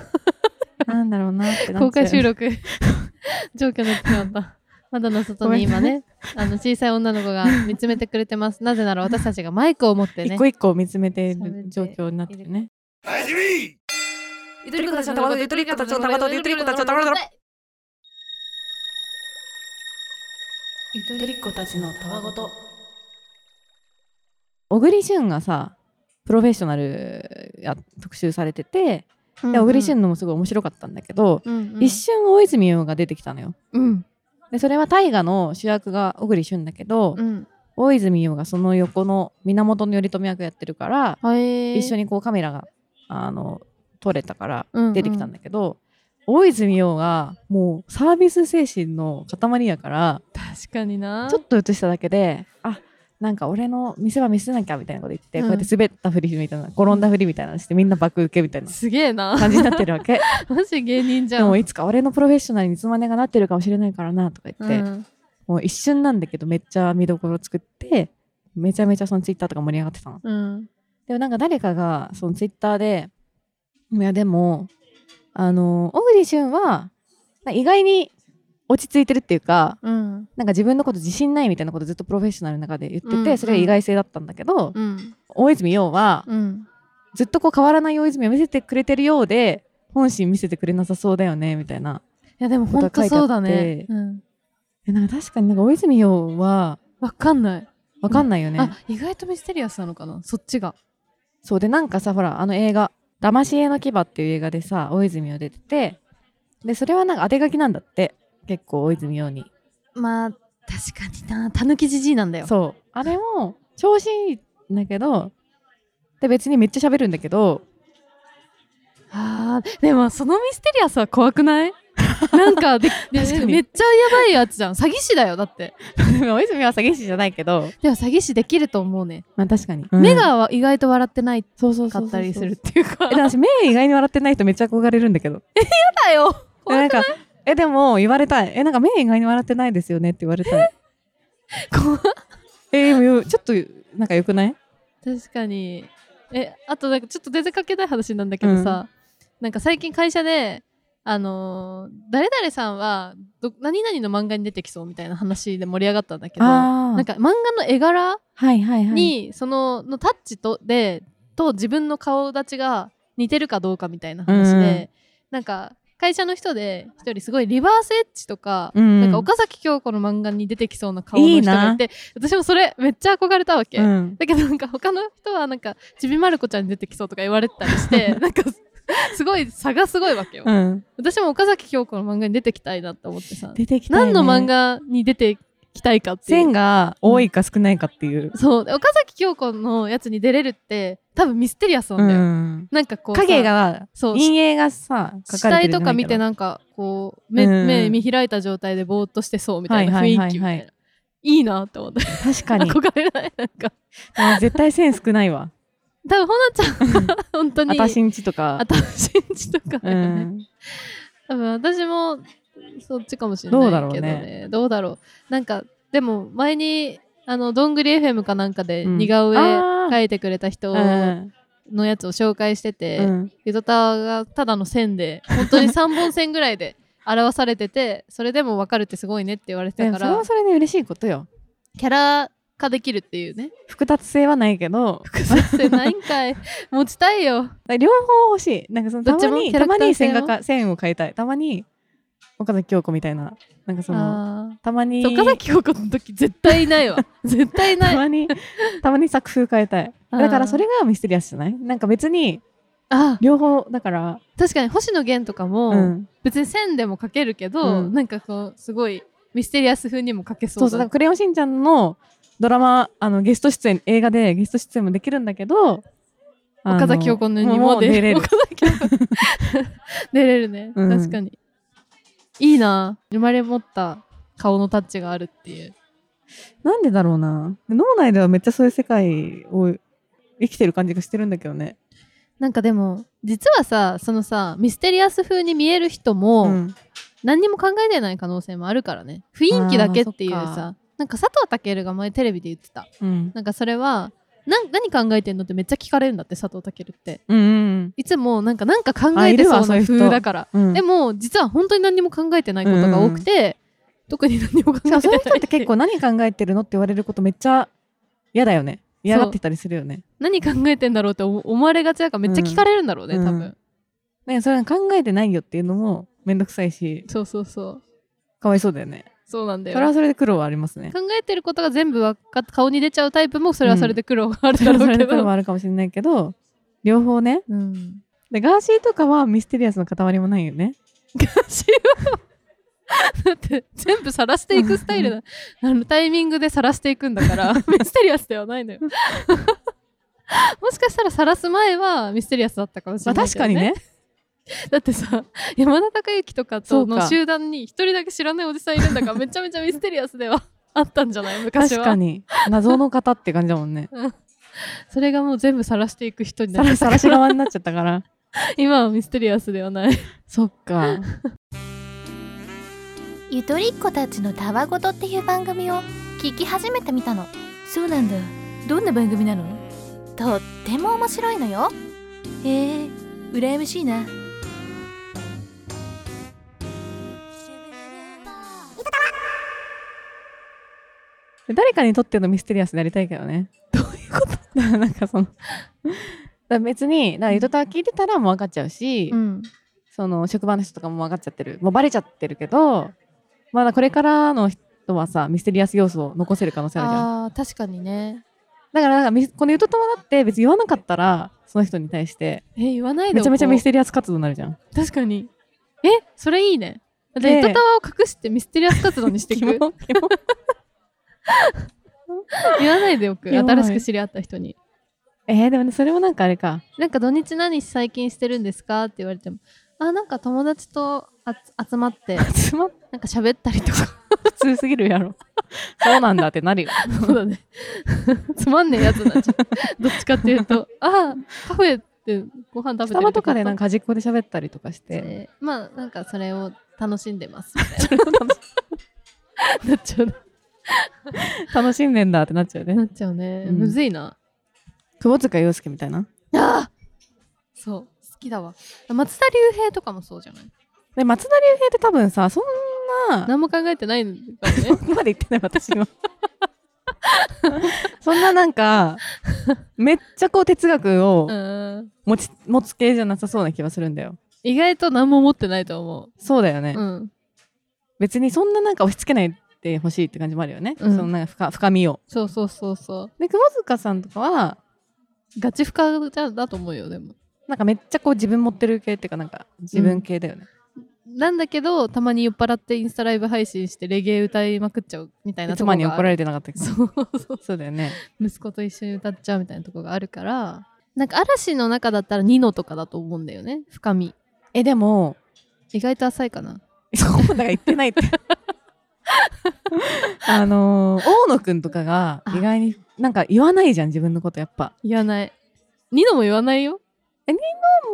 [SPEAKER 2] なんだろうなってなっちゃう
[SPEAKER 1] 公開収録。 状況になってしまった。窓の外に今ね、あの小さい女の子が見つめてくれてます。なぜなら私たちがマイクを持ってね
[SPEAKER 2] 一個。一個を見つめてい
[SPEAKER 1] 喋って
[SPEAKER 2] る状況になってるね
[SPEAKER 1] ゆとりっ子たちの卵ゆとりっ子たちの卵ゆとりっ子たちの卵
[SPEAKER 4] ゆとりっ子たちのたわごと
[SPEAKER 2] 小栗旬がさプロフェッショナルや特集されてて、で小栗旬のもすごい面白かったんだけど、
[SPEAKER 1] うんうん
[SPEAKER 2] 一瞬大泉洋が出てきたのよ
[SPEAKER 1] うん
[SPEAKER 2] でそれは大河の主役が小栗旬だけど、
[SPEAKER 1] うん。
[SPEAKER 2] 大泉洋がその横の源頼朝役やってるから、
[SPEAKER 1] はい。
[SPEAKER 2] 一緒
[SPEAKER 1] に
[SPEAKER 2] にこうカメラがあの撮れたから出てきたん
[SPEAKER 1] だ。
[SPEAKER 2] だけど、大泉洋がもうサービス精神の塊やから
[SPEAKER 1] 確かにな。
[SPEAKER 2] ちょっと映しただけで、あなんか俺の見せ場見せなきゃみたいなこと言って、
[SPEAKER 1] うん
[SPEAKER 2] こうやって滑ったふりみたいな、転んだふりみたいなのして、みんな爆受けみた いな
[SPEAKER 1] すげえな。
[SPEAKER 2] 感じになってるわけ。
[SPEAKER 1] マジ芸人じ
[SPEAKER 2] で
[SPEAKER 1] ゃん。
[SPEAKER 2] もいつか俺のプロフェッショナルにいつまでがなってるかもしれないからなとか言って、
[SPEAKER 1] うん
[SPEAKER 2] もう一瞬なんだけど、めっちゃ見どころ作って、めちゃめちゃそのツイッターとか盛り上がってたの。
[SPEAKER 1] うん。
[SPEAKER 2] でもなんか誰かが、そのツイッターで、いやでも、あの、小栗旬は、なんか意外に落ち着いてるっていうか
[SPEAKER 1] うん
[SPEAKER 2] なんか自分のこと自信ないみたいなことずっとプロフェッショナルの中で言ってて、
[SPEAKER 1] うんうん
[SPEAKER 2] それは意外性だったんだけど、
[SPEAKER 1] うん
[SPEAKER 2] 大泉洋は
[SPEAKER 1] うん
[SPEAKER 2] ずっとこう変わらない大泉を見せてくれてるようで本心見せてくれなさそうだよねみたいない
[SPEAKER 1] やでも本当そうだね
[SPEAKER 2] こ
[SPEAKER 1] うん
[SPEAKER 2] えなんか確かになんか大泉洋は
[SPEAKER 1] わかんない
[SPEAKER 2] わかんないよね、
[SPEAKER 1] あ意外とミステリアスなのかなそっちが
[SPEAKER 2] そうでなんかさほらあの映画「騙し絵の牙」っていう映画でさ大泉洋出ててでそれはなんか当て書きなんだって結構大泉洋に
[SPEAKER 1] まあ確かになたぬきじじいなんだよ
[SPEAKER 2] そうあれも調子いいんだけどで別にめっちゃ喋るんだけど
[SPEAKER 1] あーでもそのミステリアスは怖く ないなんかで
[SPEAKER 2] 確かに
[SPEAKER 1] めっちゃやばいやつじゃん詐欺師だよだって
[SPEAKER 2] 大泉洋は詐欺師じゃないけど
[SPEAKER 1] でも詐欺師できると思うね、
[SPEAKER 2] まあ確かに、
[SPEAKER 1] 目が意外と笑ってない
[SPEAKER 2] そうそう
[SPEAKER 1] か
[SPEAKER 2] そうそう
[SPEAKER 1] ったりするっていうか
[SPEAKER 2] えでも私目意外に笑ってない人めっちゃ憧れるんだけど
[SPEAKER 1] だよ
[SPEAKER 2] えなんかえでも言われたいえなんか目意外に笑ってないですよねって言われ たい
[SPEAKER 1] 怖
[SPEAKER 2] えでもよちょっとなんかよくない
[SPEAKER 1] 確かにえあとなんかちょっと出てかけたい話なんだけどさ、なんか最近会社であのー誰々さんはど何々の漫画に出てきそうみたいな話で盛り上がったんだけどな
[SPEAKER 2] あ
[SPEAKER 1] んか漫画の絵柄
[SPEAKER 2] はいはいはい
[SPEAKER 1] に、そののタッチとでと自分の顔立ちが似てるかどうかみたいな話で、
[SPEAKER 2] うん
[SPEAKER 1] なんか会社の人で一人すごいリバースエッジとか、
[SPEAKER 2] うん
[SPEAKER 1] なんか岡崎京子の漫画に出てきそうな顔の人がいて私もそれめっちゃ憧れたわけ、
[SPEAKER 2] うん
[SPEAKER 1] だけどなんか他の人はなんかちびまる子ちゃんに出てきそうとか言われてたりして なんかすごい差がすごいわけよ、
[SPEAKER 2] うん、
[SPEAKER 1] 私も岡崎京子の漫画に出てきたいなって思ってさ、
[SPEAKER 2] 出てきたい
[SPEAKER 1] 何
[SPEAKER 2] ね、
[SPEAKER 1] の漫画に出てきたいかっていう
[SPEAKER 2] 線が多いか少ないかっていう、
[SPEAKER 1] そうで岡崎京子のやつに出れるって多分ミステリアスなんだよ、
[SPEAKER 2] ん、
[SPEAKER 1] なんかこうさ
[SPEAKER 2] 影が
[SPEAKER 1] そう
[SPEAKER 2] 陰影がさ
[SPEAKER 1] 死
[SPEAKER 2] 書か
[SPEAKER 1] 体
[SPEAKER 2] れてるじゃ
[SPEAKER 1] と
[SPEAKER 2] な
[SPEAKER 1] か
[SPEAKER 2] いけ
[SPEAKER 1] 見
[SPEAKER 2] ど
[SPEAKER 1] てなんかこう目,、
[SPEAKER 2] うん
[SPEAKER 1] 目見開いた状態でぼーっとしてそうみたいな
[SPEAKER 2] は
[SPEAKER 1] 雰
[SPEAKER 2] い
[SPEAKER 1] 囲
[SPEAKER 2] はいはい
[SPEAKER 1] 気み
[SPEAKER 2] は
[SPEAKER 1] た
[SPEAKER 2] い
[SPEAKER 1] いないいなって思って
[SPEAKER 2] 確かに
[SPEAKER 1] 憧れないなんか
[SPEAKER 2] あ絶対線少ないわ
[SPEAKER 1] 多分ほなちゃんは本当に
[SPEAKER 2] あたしんちとか
[SPEAKER 1] あ、たしんちとか
[SPEAKER 2] う
[SPEAKER 1] だよね、
[SPEAKER 2] ん、
[SPEAKER 1] 多分私もそっちかもしれないけどね
[SPEAKER 2] どうだろうね
[SPEAKER 1] どうだろうなんかでも前にあのどんぐり FM かなんかで
[SPEAKER 2] うん
[SPEAKER 1] 似顔
[SPEAKER 2] あ
[SPEAKER 1] 絵
[SPEAKER 2] ー
[SPEAKER 1] 描いてくれた人
[SPEAKER 2] うん
[SPEAKER 1] のやつを紹介してて、
[SPEAKER 2] うん
[SPEAKER 1] ゆとたわがただの線で本当に3本線ぐらいで表されててそれでも分かるってすごいねって言われてたか
[SPEAKER 2] でもそれ
[SPEAKER 1] ら
[SPEAKER 2] はそれで嬉しいことよ
[SPEAKER 1] キャラ化できるっていうね
[SPEAKER 2] 複雑性はないけど
[SPEAKER 1] 複雑性ないんかい持ちたいよ
[SPEAKER 2] 両方欲しいなんかその
[SPEAKER 1] ど
[SPEAKER 2] た
[SPEAKER 1] っち
[SPEAKER 2] ま
[SPEAKER 1] も
[SPEAKER 2] に
[SPEAKER 1] キャ
[SPEAKER 2] た
[SPEAKER 1] ラ
[SPEAKER 2] ま
[SPEAKER 1] クタ
[SPEAKER 2] に
[SPEAKER 1] ー性
[SPEAKER 2] 線
[SPEAKER 1] も
[SPEAKER 2] が線を変えたいたまに岡崎京子みたいななんかそ
[SPEAKER 1] あ
[SPEAKER 2] のたまに
[SPEAKER 1] ー岡崎京子の時絶対いない わ絶対い
[SPEAKER 2] た
[SPEAKER 1] ない
[SPEAKER 2] まにたまに作風変えたい
[SPEAKER 1] あー
[SPEAKER 2] だからそれがミステリアスじゃないなんか別に
[SPEAKER 1] あ
[SPEAKER 2] 両方だから
[SPEAKER 1] 確かに星野源とかも、
[SPEAKER 2] うん
[SPEAKER 1] 別に線でも描けるけど、
[SPEAKER 2] うん
[SPEAKER 1] なんかこうすごいミステリアス風にも描けそ
[SPEAKER 2] そう
[SPEAKER 1] う
[SPEAKER 2] そ
[SPEAKER 1] だ
[SPEAKER 2] うだからクレヨンしんちゃんのドラマあのゲスト出演映画でゲスト出演もできるんだけどあの
[SPEAKER 1] 岡崎京子のにも
[SPEAKER 2] う
[SPEAKER 1] 出
[SPEAKER 2] 出
[SPEAKER 1] れ
[SPEAKER 2] れ
[SPEAKER 1] る
[SPEAKER 2] る
[SPEAKER 1] 岡崎京子出れるね、
[SPEAKER 2] うん
[SPEAKER 1] 確かにいいな生まれ持った顔のタッチがあるっていう
[SPEAKER 2] なんでだろうな脳内ではめっちゃそういう世界を生きてる感じがしてるんだけどね
[SPEAKER 1] なんかでも実はさそのさミステリアス風に見える人も、
[SPEAKER 2] うん
[SPEAKER 1] 何にも考えてない可能性もあるからね雰囲気だけっていう
[SPEAKER 2] あーそっ
[SPEAKER 1] さ
[SPEAKER 2] か
[SPEAKER 1] なんか佐藤健が前テレビで言ってた
[SPEAKER 2] うん
[SPEAKER 1] なんかそれはなん何考えてんのってめっちゃ聞かれるんだって佐藤健って
[SPEAKER 2] うんうん
[SPEAKER 1] いつもなんかなんか考
[SPEAKER 2] あ
[SPEAKER 1] え
[SPEAKER 2] い
[SPEAKER 1] てそ
[SPEAKER 2] る
[SPEAKER 1] う
[SPEAKER 2] わ
[SPEAKER 1] な
[SPEAKER 2] そういう人
[SPEAKER 1] 風だから
[SPEAKER 2] うん
[SPEAKER 1] でも実は本当に何にも考えてないことが多くて、特に何も考えて
[SPEAKER 2] しか
[SPEAKER 1] な
[SPEAKER 2] も
[SPEAKER 1] い
[SPEAKER 2] そういう人って結 構何考えてるのって言われることめっちゃ嫌だよね嫌がってたりするよね
[SPEAKER 1] 何考えてんだろうって思思われがちだからめっちゃ聞かれるんだろうね、
[SPEAKER 2] うん
[SPEAKER 1] 多
[SPEAKER 2] う
[SPEAKER 1] 分
[SPEAKER 2] んねそれ考えてないよっていうのもめんどくさいし
[SPEAKER 1] そうそうそう
[SPEAKER 2] かわいそうだよね
[SPEAKER 1] そうなんだ
[SPEAKER 2] それは
[SPEAKER 1] よ
[SPEAKER 2] それで苦労はあります ね
[SPEAKER 1] 考えてることが全部わかっ顔に出ちゃうタイプもそれはそれで苦労がある
[SPEAKER 2] そ
[SPEAKER 1] だろ
[SPEAKER 2] れはそうれ
[SPEAKER 1] け
[SPEAKER 2] で
[SPEAKER 1] ど、
[SPEAKER 2] 苦労はあるかもしれないけど両方ね
[SPEAKER 1] うん
[SPEAKER 2] でガーシーとかはミステリアスの塊もないよね
[SPEAKER 1] 私はだって全部晒していくスタイルだあのタイミングで晒していくんだから ミステリアスではないのよもしかしたら晒す前はミステリアスだったかもし
[SPEAKER 2] ま
[SPEAKER 1] れ
[SPEAKER 2] あ
[SPEAKER 1] ない
[SPEAKER 2] 確
[SPEAKER 1] けど、
[SPEAKER 2] かにね
[SPEAKER 1] だってさ 山田孝之とかと
[SPEAKER 2] そうか
[SPEAKER 1] の集団に一人だけ知らないおじさんいるんだからめちゃめちゃミステリアスでは あったんじゃない昔
[SPEAKER 2] 確
[SPEAKER 1] は
[SPEAKER 2] かに謎の方って感じだもんね
[SPEAKER 1] それがもう全部晒していく人にな
[SPEAKER 2] さ
[SPEAKER 1] っちゃった
[SPEAKER 2] らさ
[SPEAKER 1] から
[SPEAKER 2] し
[SPEAKER 1] ら
[SPEAKER 2] 側になっちゃったから
[SPEAKER 1] 今はミステリアスではない
[SPEAKER 2] そっか
[SPEAKER 3] ゆとりっ子たちのたわごとっていう番組を聞き始めてみたのそうなんだどんな番組なのとっても面白いのよへえ羨ましいな
[SPEAKER 2] 誰かにとってのミステリアスでありたいけどね。どういうことだから なんかその、だから別に、だからゆとたわ聞いてたらもう分かっちゃうし、
[SPEAKER 1] うん
[SPEAKER 2] その職場の人とかも分かっちゃってる。もうバレちゃってるけど、まだこれからの人はさ、ミステリアス要素を残せる可能性あるじゃん。
[SPEAKER 1] あー確かにね
[SPEAKER 2] だからなんかミス、このゆとたわだって別に言わなかったら、その人に対して、
[SPEAKER 1] え言わないで
[SPEAKER 2] めちゃめちゃミス
[SPEAKER 1] テ
[SPEAKER 2] テリアス活動になるじゃん。
[SPEAKER 1] リ確かにえそれいいねだって
[SPEAKER 2] ねえ
[SPEAKER 1] ゆとたわを隠してミステリアス活動にしてい
[SPEAKER 2] キ
[SPEAKER 1] く
[SPEAKER 2] モキモ
[SPEAKER 1] 言わないでおく
[SPEAKER 2] やばい
[SPEAKER 1] 新しく知り合った人に
[SPEAKER 2] えー、でもね、それもなんかあれか。
[SPEAKER 1] なんか土日何最近してるんですかって言われてもあなんか友達とあつ集まってなん
[SPEAKER 2] つま
[SPEAKER 1] か喋ったりとか
[SPEAKER 2] 普通すぎるやろ。 そうなんだってな るよ。
[SPEAKER 1] そうだねつまんねえやつになっちゃうどっちかっていう とああカフェってご飯食べてる
[SPEAKER 2] スタバとかでなん
[SPEAKER 1] か
[SPEAKER 2] か端っこで喋ったりとかして。
[SPEAKER 1] えーまあなんかそれを楽しんでます
[SPEAKER 2] それを楽し
[SPEAKER 1] なっちゃうね
[SPEAKER 2] 楽しんでんだってなっちゃう
[SPEAKER 1] な
[SPEAKER 2] ね。
[SPEAKER 1] っちゃうね、
[SPEAKER 2] うん
[SPEAKER 1] むずいな
[SPEAKER 2] 久保塚洋介みたいな。
[SPEAKER 1] ああそう好きだわ松田龍平とかもそうじゃない
[SPEAKER 2] で、松田龍平って多分さ、そんな、
[SPEAKER 1] 何も考えてないんだよね
[SPEAKER 2] そこまで言ってない私は。 そんななんか、めっちゃこう哲学を
[SPEAKER 1] うん
[SPEAKER 2] 持ち、持つ系じゃなさそうな気はするんだよ。
[SPEAKER 1] 意外と何も持ってないと思
[SPEAKER 2] そうだよね。
[SPEAKER 1] ううん
[SPEAKER 2] 別にそんななんか押し付けないでほしいって感じもあるよね。
[SPEAKER 1] うん
[SPEAKER 2] そのなんか深深みを。
[SPEAKER 1] そうそうそうそう
[SPEAKER 2] で、久保塚さんとかは、
[SPEAKER 1] ガチ不可だだと思うよでも
[SPEAKER 2] なんかめっちゃこう自分持ってる系っていうかなんか自分系だよね。
[SPEAKER 1] なんだけどたまに酔っ払ってインスタライブ配信してレゲエ歌いまくっちゃうみたいなとこ
[SPEAKER 2] 妻
[SPEAKER 1] が
[SPEAKER 2] に怒られてなかったけど。
[SPEAKER 1] そうそう
[SPEAKER 2] そうだよね。
[SPEAKER 1] 息子と一緒に歌っちゃうみたいなとこがあるからなんか嵐の中だったらニノとかだと思うんだよね深み
[SPEAKER 2] え、でも、
[SPEAKER 1] 意外と浅いかな
[SPEAKER 2] そうだから言ってないって。 あのー大野くんとかが意外になんか言わないじゃん自分のことやっぱ。
[SPEAKER 1] 言わないニノも言わないよ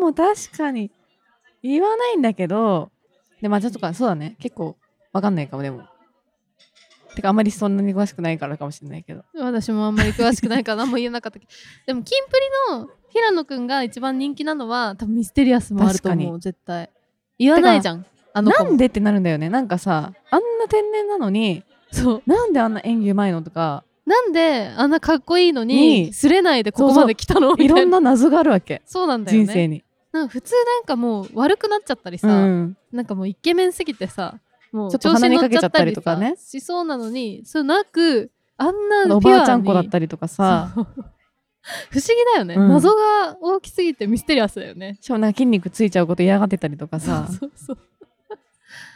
[SPEAKER 2] もう確かに言わないんだけど、で、まあちょっとか、そうだね。結構わかんないかも、でも。てかあんまりそんなに詳しくないからかもしれないけど。
[SPEAKER 1] 私もあんまり詳しくないから何も言えなかったけど でもキンプリの平野くんが一番人気なのは多分ミステリアスもあると
[SPEAKER 2] 確
[SPEAKER 1] 思
[SPEAKER 2] か
[SPEAKER 1] う絶対言わないじゃんあの子
[SPEAKER 2] な
[SPEAKER 1] も
[SPEAKER 2] んでってなるんだよね。なんかさ、あんな天然なのに、
[SPEAKER 1] そう
[SPEAKER 2] なんであんな演技うまいのと か、
[SPEAKER 1] なんであんなかっこいいのに
[SPEAKER 2] に
[SPEAKER 1] すれないでここまで来たのみ
[SPEAKER 2] い
[SPEAKER 1] た
[SPEAKER 2] ろ
[SPEAKER 1] い
[SPEAKER 2] ん
[SPEAKER 1] な
[SPEAKER 2] な謎があるわけ。
[SPEAKER 1] そうなんだよね
[SPEAKER 2] 人生に。
[SPEAKER 1] なんか普通なんかもう悪くなっちゃったりさ、
[SPEAKER 2] うん。
[SPEAKER 1] なんかもうイケメンすぎてさもう
[SPEAKER 2] ちょっと
[SPEAKER 1] 調子
[SPEAKER 2] 鼻
[SPEAKER 1] に
[SPEAKER 2] に
[SPEAKER 1] 乗っ
[SPEAKER 2] か
[SPEAKER 1] ち
[SPEAKER 2] けち
[SPEAKER 1] ゃ
[SPEAKER 2] ゃ
[SPEAKER 1] っ
[SPEAKER 2] ったた
[SPEAKER 1] り
[SPEAKER 2] り
[SPEAKER 1] と
[SPEAKER 2] と
[SPEAKER 1] か
[SPEAKER 2] か
[SPEAKER 1] ね
[SPEAKER 2] ね
[SPEAKER 1] しそうなのにそうなくあんなピュアに
[SPEAKER 2] おばあちゃん子だったりとかさ、
[SPEAKER 1] そう不思議だよね、
[SPEAKER 2] うん
[SPEAKER 1] 謎が大きすぎてミステリアスだよね
[SPEAKER 2] しかもなんか筋肉ついちゃうこと嫌がってたりとか さ、
[SPEAKER 1] そうそうそう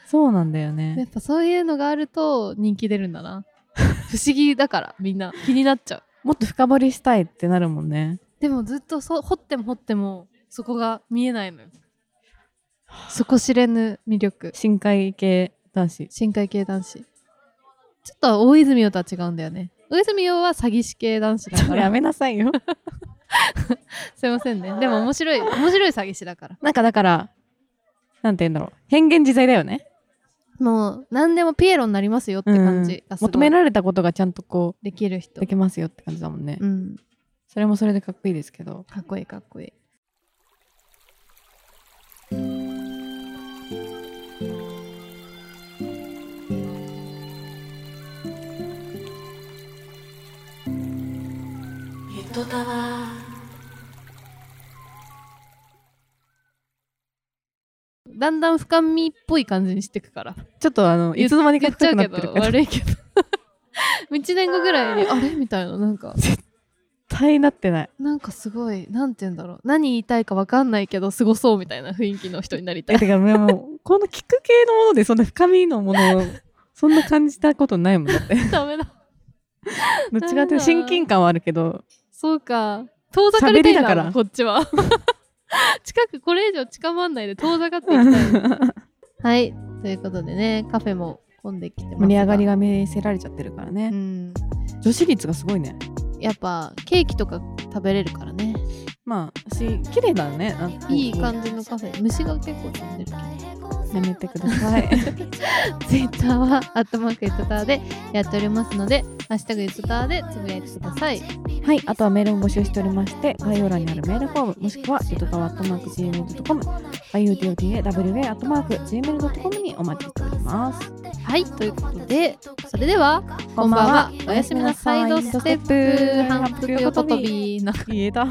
[SPEAKER 2] そうなんだよ
[SPEAKER 1] やっ
[SPEAKER 2] ね。
[SPEAKER 1] ぱそういうのがあると人気出るんだな不思議だからみんな気になっちゃう
[SPEAKER 2] もっと深掘りしたいってなるもんね。
[SPEAKER 1] でもずっとそう掘っても掘ってもそこが見えないのよそこ知れぬ魅力
[SPEAKER 2] 深海系男子。
[SPEAKER 1] 深海系男子ちょっと大泉洋とは違うんだよね大泉洋は詐欺師系男子だから
[SPEAKER 2] やめなさいよ。
[SPEAKER 1] すいませんねでも面白い面白い詐欺師だから
[SPEAKER 2] なんかだから、なんて言うんだろう。変幻自在だよね。
[SPEAKER 1] もう何でもピエロになりますよって感じがすごい
[SPEAKER 2] 求められたことがちゃんとこ
[SPEAKER 1] できる
[SPEAKER 2] う、
[SPEAKER 1] 人
[SPEAKER 2] できますよって感じだもんね。
[SPEAKER 1] うん
[SPEAKER 2] それもそれでかっこいいですけど。
[SPEAKER 1] かっこいいかっこいい
[SPEAKER 4] ゆとたわ
[SPEAKER 1] だんだん深みっぽい感じにしてくから
[SPEAKER 2] ちょっとあの、いつの間にか深くなってる
[SPEAKER 1] 言
[SPEAKER 2] か
[SPEAKER 1] っちゃ
[SPEAKER 2] ら。
[SPEAKER 1] うけど悪いけど1年後ぐらいにあれみたいななんか
[SPEAKER 2] 絶対なってない。
[SPEAKER 1] なんかすごいなんて言うんだろう何言いたいかわかんないけどすごそうみたいな雰囲気の人になりた
[SPEAKER 2] え、
[SPEAKER 1] い
[SPEAKER 2] てか、もう、この聞く系のもので、そんな深みのもの を、そんな感じたことないもんだって。
[SPEAKER 1] ダメだ
[SPEAKER 2] どっちかっていうと親近感はあるけど、
[SPEAKER 1] そうか遠ざかりたい
[SPEAKER 2] 喋りだか
[SPEAKER 1] から
[SPEAKER 2] ら
[SPEAKER 1] こっちは 近くこれ以上近まんないで遠ざかっていきた いはいということでねカフェも混んできてます
[SPEAKER 2] 盛り上がり
[SPEAKER 1] が
[SPEAKER 2] が見せられちゃってるから
[SPEAKER 1] う
[SPEAKER 2] ね。
[SPEAKER 1] ん
[SPEAKER 2] 女子率がすごいね。
[SPEAKER 1] やっぱケーキとか食べれるからね
[SPEAKER 2] まあ、し、綺麗だね。なんか
[SPEAKER 1] いい感じのカフェ虫が結構飛んでるけど
[SPEAKER 2] やめてくだ さい。
[SPEAKER 1] ツイッターは、アットマークゆとたわでやっておりますので、ハッシュタグゆとたわでつぶやいてください。
[SPEAKER 2] はい、あとはメールも募集しておりまして、概要欄にあるメールフォーム、もしくは、ゆとかわ atmarkgmail.com、iutotawa.gmail.com にお待ちしております。ます。
[SPEAKER 1] はいということでそれではこんばんはおやすみなさいドステップ反復横跳びの
[SPEAKER 2] 言えた。